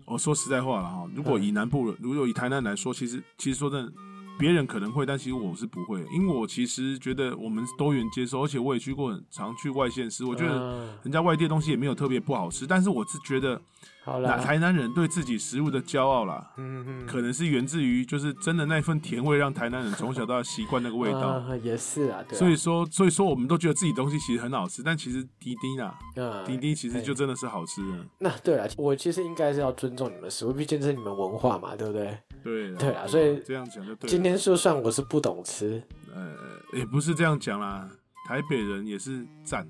我哦说实在话了哈，如果以南部人，
嗯
如果以台南来说，其实其实说真的。别人可能会，但其实我是不会，因为我其实觉得我们多元接受，而且我也去过很常去外县市，我
我
觉得人家外地的东西也没有特别不好吃，但是我是觉得
好
那
啦，
台南人对自己食物的骄傲啦，
嗯嗯，
可能是源自于就是真的那份甜味，让台南人从小到大习惯那个味道。
啊、也是啊，对啊，
所以说，所以说我们都觉得自己东西其实很好吃，但其实滴滴啦，
啊，
滴滴其实就真的是好吃的。
那对了，我其实应该是要尊重你们食物，毕竟这是你们文化嘛，对不对？
对啦
对啊，所以
这样讲就对
今
了。
天就算我是不懂吃，
呃，也不是这样讲啦，台北人也是赞，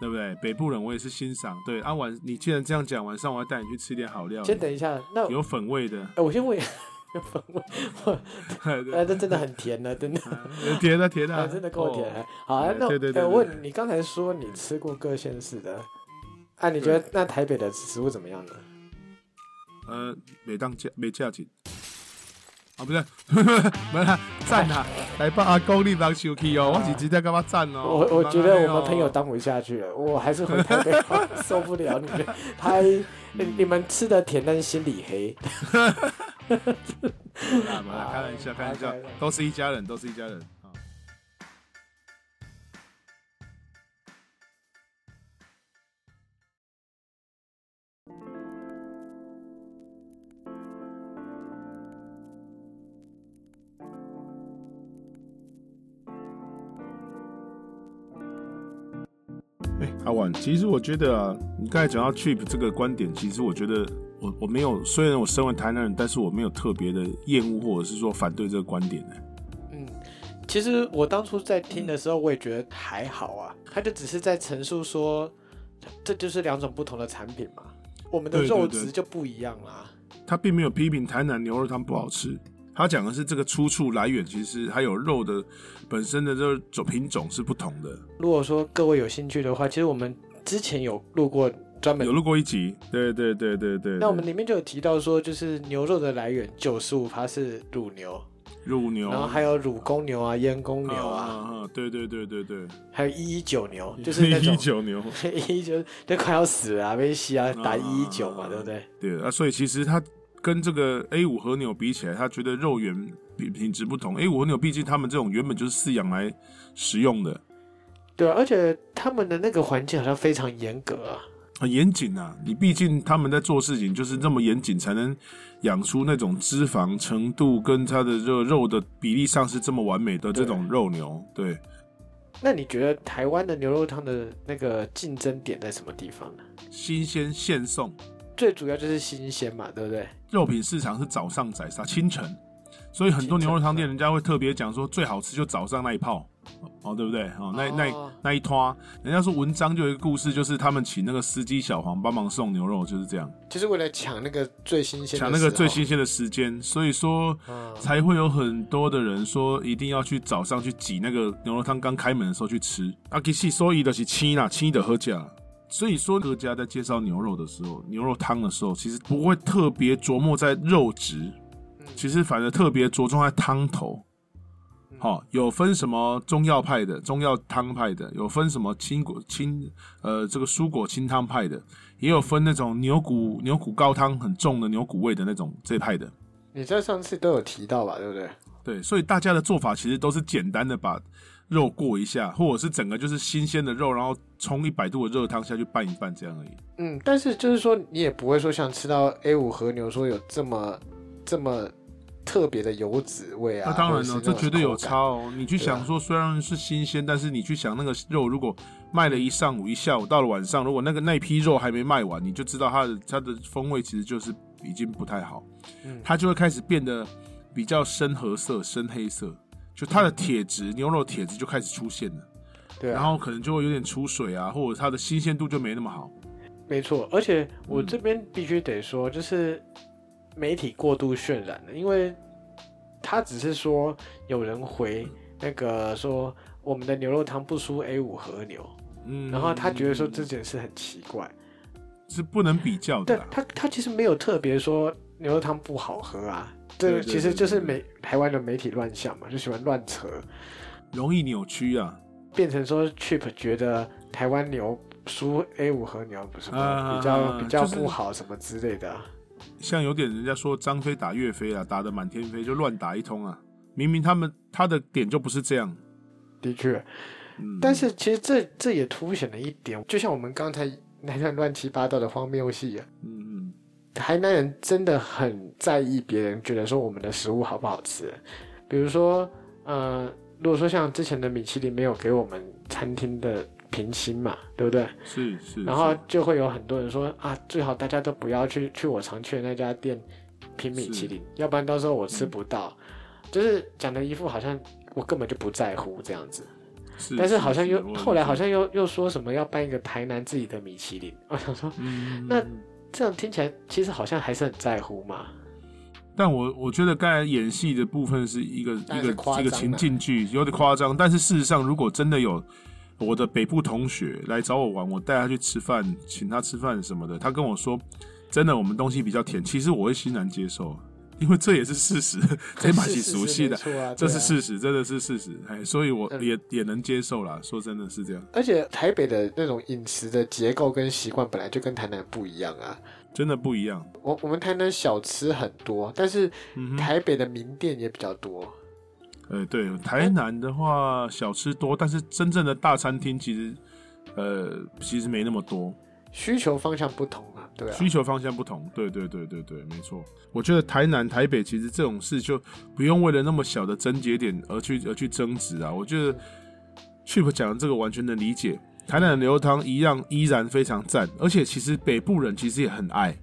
对不对？北部人我也是欣赏。对，啊晚，你既然这样讲，晚上我要带你去吃一点好料理，
先等一下，那
有粉味的，
哎、我先问一下，我
对
呃，这真的很甜呢， 真的。
有呃甜的甜
啊，
的，
真的够甜
哦。。
好啊
哎，
那我
对对对
呃
对
问你，你刚才说你吃过各县市的，啊，你觉得那台北的食物怎么样呢？
呃，没当价没价钱。啊，不是， 没啦，赞啦！来帮阿公你当生气哦，我是直接跟他赞哦。
我我觉得我们朋友当不下去了，我还是回台北好了， 受不了你们太，你你们吃的甜，但是心里黑。
没啦，
啊
没啦开玩笑，开玩笑
开玩笑，
都是一家人，都是一家人啊。阿婉，其实我觉得啊，你刚才讲到 cheap 这个观点，其实我觉得我我没有，虽然我身为台南人，但是我没有特别的厌恶或者是说反对这个观点呢、
嗯，其实我当初在听的时候，我也觉得还好啊，他就只是在陈述说，这就是两种不同的产品嘛，我们的
对对
肉
对
质就不一样啦。
他并没有批评台南牛肉汤不好吃，他讲的是这个出处来源，其实还有肉的本身的这种品种是不同的。
如果说各位有兴趣的话，其实我们之前有录过专门
有，录过一集，对对对对对。
那我们里面就有提到说，就是牛肉的来源九十五它是乳牛，
乳牛，
然后还有乳公牛啊、阉公牛啊，
啊，对对对对对，
还有一一九牛，就是 那种
一九牛，
一一九那快要死了啊，被吸啊，打一一九
哦
嘛，对不对？
对啊，所以其实它跟这个 A 五和牛比起来，他觉得肉源品品质不同。A 五和牛毕竟他们这种原本就是饲养来食用的，
对啊，而且他们的那个环境好像非常严格啊。
很严谨啊。你毕竟他们在做事情就是这么严谨，才能养出那种脂肪程度跟它的这个肉的比例上是这么完美的这种肉牛。对，
那你觉得台湾的牛肉汤的那个竞争点在什么地方呢？
新鲜现送。
最主要就是新鲜嘛，对不对？
肉品市场是早上宰杀，清晨，所以很多
清晨
牛肉汤店人家会特别讲说最好吃就早上那一泡，哦，对不对？哦，那
哦
那那一拖，人家说文章就有一个故事，就是他们请那个司机小黄帮忙送牛肉，就是这样
就是为了抢那个最新鲜的时候，
抢那个最新鲜的时间，所以说
嗯
才会有很多的人说一定要去早上去挤那个牛肉汤刚开门的时候去吃。啊，其实所以的是轻啦，轻的喝价。所以说，各家在介绍牛肉的时候，牛肉汤的时候，其实不会特别琢磨在肉质，其实反而特别着重在汤头。好、有分什么中药派的、中药汤派的，有分什么清果清呃这个蔬果清汤派的，也有分那种牛骨牛骨高汤很重的牛骨味的那种这一派的。
你在上次都有提到吧，对不对？
对，所以大家的做法其实都是简单的把肉过一下，或者是整个就是新鲜的肉，然后冲一百度的热汤下去拌一拌这样而已。
嗯，但是就是说，你也不会说像吃到 A 五和牛说有这么这么特别的油脂味啊。
那当然
了
了，，这绝对有差
超。
哦。你去
啊
想说，虽然是新鲜，但是你去想那个肉，如果卖了一上午、一下午，到了晚上，如果那个那批肉还没卖完，你就知道它的它的风味其实就是已经不太好，
嗯
它就会开始变得比较深褐色、深黑色，就它的铁质牛肉铁质就开始出现了，
嗯对
然
啊，
后可能就会有点出水啊，或者它的新鲜度就没那么好。
没错。而且我这边必须得说，就是媒体过度渲染了，因为他只是说有人回那个说我们的牛肉汤不输 A 五和牛，
嗯，
然后他觉得说这件事很奇怪。
是不能比较的
对
啦。
他，他其实没有特别说牛肉汤不好喝啊，这
对
个
对
其实就是
对
媒台湾的媒体乱象嘛，就喜欢乱扯，
容易扭曲啊。
变成说 Chip 觉得台湾牛输 A 五和牛什么
啊
比较比较
就是
不好什么之类的啊，
像有点人家说张飞打岳飞啊，打得满天飞就乱打一通啊。明明他们他的点就不是这样，
的确，
嗯，
但是其实这这也凸显了一点，就像我们刚才那段乱七八糟的荒谬戏啊。
嗯嗯，
台南人真的很在意别人觉得说我们的食物好不好吃，比如说，呃，如果说像之前的米其林没有给我们餐厅的评星嘛，对不对？
是是。
然后
是
就会有很多人说啊，最好大家都不要去去我常去的那家店评米其林，要不然到时候我
嗯
吃不到，就是讲的一副好像我根本就不在乎这样子。
是，
但是好像
是
又
我
后来好像又又说什么要办一个台南自己的米其林， 我想说
嗯，
那这样听起来其实好像还是很在乎嘛。
但我我觉得刚才演戏的部分是一个
当
一
然是
个
夸张
一个
啦
情境剧，有点夸张。但是事实上，如果真的有我的北部同学来找我玩，我带他去吃饭，请他吃饭什么的，他跟我说，真的我们东西比较甜，其实我会欣然接 受，因为这也是事实，这蛮是熟悉的，
是是是没错啊
这是。
对啊
事实，真的是事实，哎，所以我
嗯
也也能接受啦。说真的是这样，
而且台北的那种饮食的结构跟习惯本来就跟台南不一样啊。
真的不一样。
我我们台南小吃很多，但是
嗯哼，
台北的名店也比较多。
呃，对，台南的话小吃多，但是真正的大餐厅其实，呃，其实没那么多。
需求方向不同啊，对啊，
需求方向不同，对对对对对，没错。我觉得台南、台北其实这种事就不用为了那么小的症结点而去而去争执啊。我觉得 Chip 讲的这个完全能理解，台南的牛肉汤一样依然非常赞，而且其实北部人其实也很爱，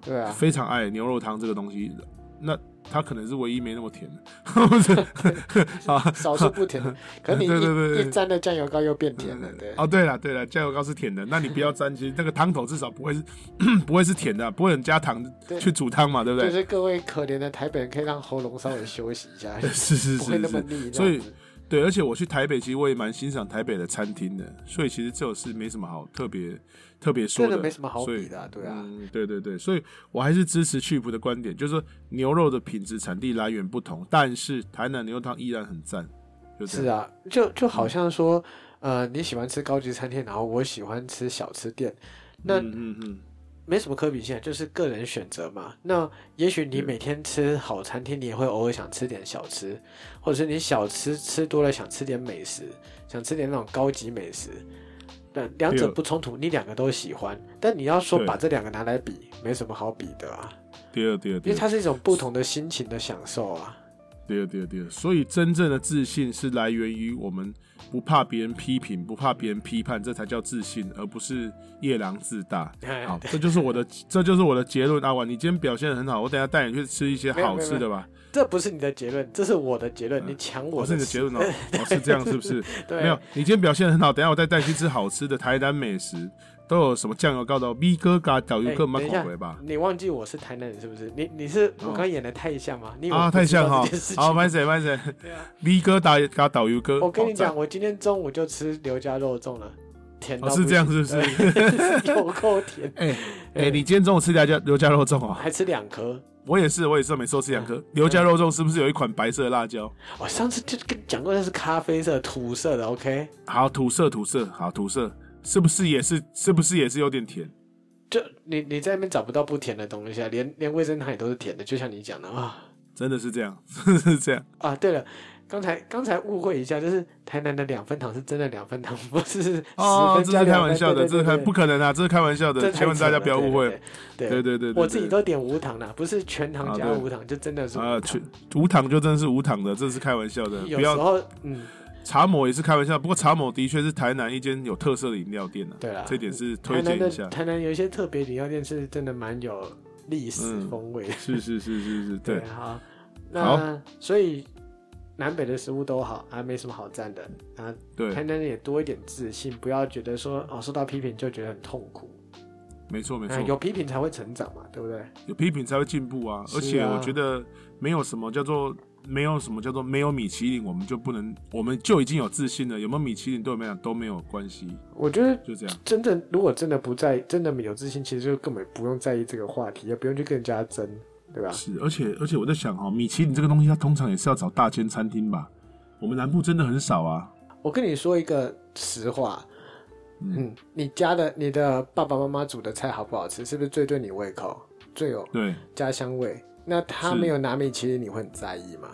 对 啊，
非常爱牛肉汤这个东西。那它可能是唯一没那么甜的， 啊
少数不 甜，可你一
对对对对
一沾了酱油膏又变甜了，对。
哦，对了对了，酱油膏是甜的，那你不要沾，其实那个汤头至少不会是 不会是甜的，啊不会有人加糖
对
去煮汤嘛，对不
就
对？
是各位可怜的台北人，可以让喉咙稍微休息一下，
是是
哎不会
是
那么
是，
腻。
所以
这样子
对，而且我去台北，其实我也蛮欣赏台北的餐厅的，所以其实这种事没什么好特别特别说
真
的，
的没什么好
所以
比的啊，对啊，
嗯，对对对，所以我还是支持去普的观点，就是说牛肉的品质、产地来源不同，但是台南牛肉汤依然很赞，就这
是
样。
啊，就就好
嗯
像说，呃，你喜欢吃高级餐厅，然后我喜欢吃小吃店，那
嗯嗯嗯，
没什么可比性，就是个人选择嘛。那也许你每天吃好餐厅，你也会偶尔想吃点小吃，或者是你小吃吃多了想吃点美食，想吃点那种高级美食。那两者
对
不冲突，你两个都喜欢，但你要说
对
把这两个拿来比，没什么好比的啊，
第二第二第
因为
二
它是一种不同的心情的享受啊。
第二第二第二，啊所以真正的自信是来源于我们不怕别人批评，不怕别人批判，这才叫自信，而不是夜郎自大。
哎
好，这就是我的，这就是我的结论。阿婉，你今天表现得很好，我等一下带你去吃一些
没有
好
没有
吃的吧。
这不是你的结论，这是我的结论，你抢我
我是
的
你的结嗯论哦，哦是这样是不 是？
对，
没有，你今天表现得很好，等一下我再带你去吃好吃的台南美食，都有什么酱油膏的哦咪哥嘎导游
哎
哥满
等一下
口回吧。哦
你忘记我是台南人是不是？你你是我刚演的太像吗？你以为我
啊，
不
太
知道
像哈
这件事！情
好，拍谁拍谁
对啊，
咪哥打嘎导游哥，
我跟你
好赞
讲，，我今天中午就吃刘家肉粽了，甜到
哦
不行、
是这样是不是？
对？ 有够甜，
哎 哎，你今天中午吃刘家刘家肉粽嗯啊？
还吃两颗。
我也是，我也是每次都吃两颗。刘家肉粽是不是有一款白色的辣椒？
我、上次就跟你讲过，那是咖啡色、土色的，OK？
好，土色土色，好土色，是不是也是？是不是也是有点甜？
就你你在那边找不到不甜的东西啊，连连味噌汤也都是甜的，就像你讲的啊
真的是这样， 真的是这样。
啊！对了，刚才刚才误会一下，就是台南的两分糖是真的两分糖，不是十
哦，
分
这
加
是开
两
玩
分
笑的，
对
这是
对
开
对
不可能啊，这是开玩笑的，
这太
希望大
扯
家
了
不要误会。。对
对对对
对对，
我自己
对
都点无糖啦，不是全糖加
啊对
无糖，就真的是无
啊，
糖
去无糖就真的是无糖的，这是开玩笑的，
有
不
时
要
候，嗯，
茶某也是开玩笑。不过茶某的确是台南一间有特色的饮料店啊，
对啦
这点是推
台南
荐一
的
下。
台南有一些特别饮料店是真的蛮有历史
嗯
风味的。
是是是是是， 对，啊
好，那所以南北的食物都好啊，没什么好赞的啊。台
对，
南人也多一点自信，不要觉得说哦受到批评就觉得很痛苦。
没错没
啊
错，
有批评才会成长嘛，对不对？
有批评才会进步啊。
是啊
而且我觉得没有什么叫做没有什么叫做没有米其林，我们就不能，我们就已经有自信了。有没有米其林对我们来讲都没有关系，
我觉得
就这样。
真正如果真的不在，真的有自信，其实就根本不用在意这个话题，也不用去跟人家争，对吧？
是，而且而且我在想哦，米其林这个东西，它通常也是要找大间餐厅吧？我们南部真的很少啊。
我跟你说一个实话，
嗯，
嗯，你家的你的爸爸妈妈煮的菜好不好吃？是不是最对你胃口，最有
对，
家乡味？那他
是
没有拿米其林，你会很在意吗？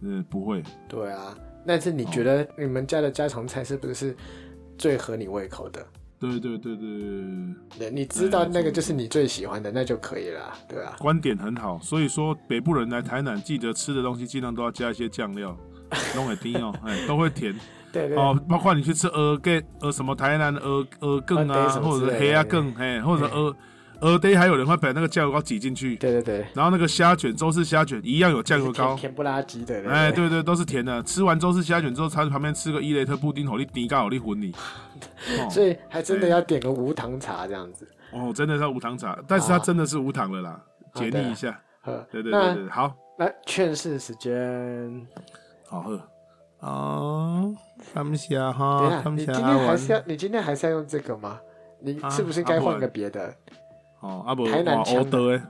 嗯，不会，
对啊，
哦
但是你觉得你们家的家常菜是不是最合你胃口的？
对对对对，
对你知道那个就是你最喜欢的，那就可以了，对啊。
观点很好。所以说，北部人来台南，记得吃的东西尽量都要加一些酱料，弄给丁哦，哎，都会甜
对对
哦。包括你去吃鹅给呃什么台南的鹅鹅更
鹅
啊，
蛋什么
或
之类
者
的
是黑鸭更，哎，或者鹅鹅蛋，还有人会把那个酱油膏挤进去，
对对对，
然后那个虾卷、周氏虾卷一样有酱油膏
甜。甜不拉几的，
哎，
对
对对，都是甜的。吃完周氏虾卷之后，他旁边吃个伊雷特布丁，好力迪嘎好力混你。
对，所以还真的要点个无糖茶这 样子。
哦，真的是无糖茶，但是它
啊
真的是无糖的啦，
啊
解
对啊
腻一下。
呵，
对对对
那
对，好
那劝世时间，
好喝。哦，他们下
等一
哈
下，，啊你今天还是要，你今天还是要用这个吗？你
啊
是不是
啊
该
不
换
然
个别的？
哦，啊不，
台南
哇
腔
欧德哎，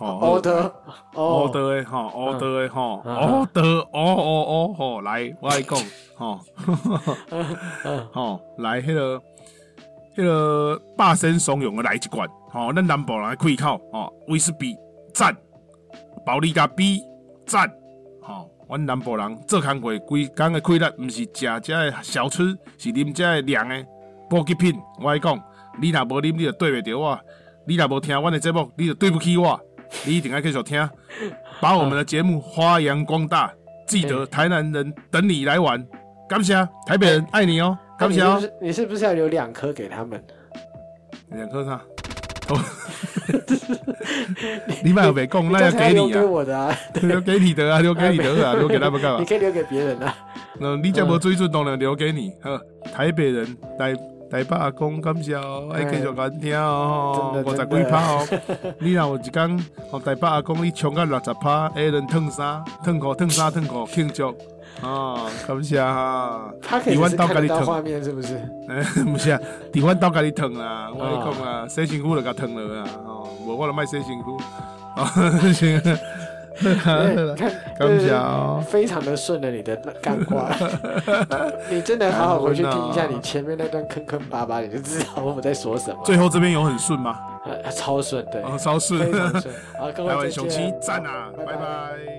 哦
欧，德，
欧
哦，
德哎，哈，欧德哎，哈，
嗯
欧德，哦哦哦，吼，来，我来讲，吼， 吼，来，迄个，迄个霸身怂恿的来一罐，吼，咱南部人的开口，吼，威士忌赞，保利加比赞，吼。阮南部人做工过规工的快乐，毋是食遮的小吃，是啉遮的凉的补给品。我来讲，你若无啉，你就对袂着我；你若无听阮的节目，你就对不起我。你一定要继续听，把我们的节目发啊扬光大。记得台南人等你来玩，感谢台北人爱你哦、看不
那你
起
是
啊
不，是你是不是要留两颗给他们？
两颗啥？哦你买没供，那要
刚才
给
留
你
给
啊，
我 的啊，
留给你的啊，留给你 的啊，留给他们干嘛
你？可以留给别人 啊。
那你讲无水准，当然留给你。
嗯
呵，台北人台台北阿公感谢哦，爱继续讲听哦，
真的
五十
真的
几趴哦。 你若有一天，哦台北阿公你冲到六十趴，矮人烫衫、烫裤、烫衫、烫裤庆祝。哦，感谢哈！
他可以
你
只
弯
是
刀
看
给你
得到
烫，
画面是不是？
哎， 不是啊，伫阮兜家己烫啊，
哦
我跟你讲啊，洗身躯就甲烫了啊，哦，无我就卖洗身躯。哦， 行，好啦好
对
啦
你看，
感谢
呃
哦。
非常的顺了你的干 话，你真的好好回去听一下你前面那段坑坑巴巴，你就知道我在说什么。
最后这边有很顺吗？
呃超顺，对，
哦，超顺
非。常顺。好，各
台
位
湾
再
雄
见
鸡，赞啊，
拜
拜拜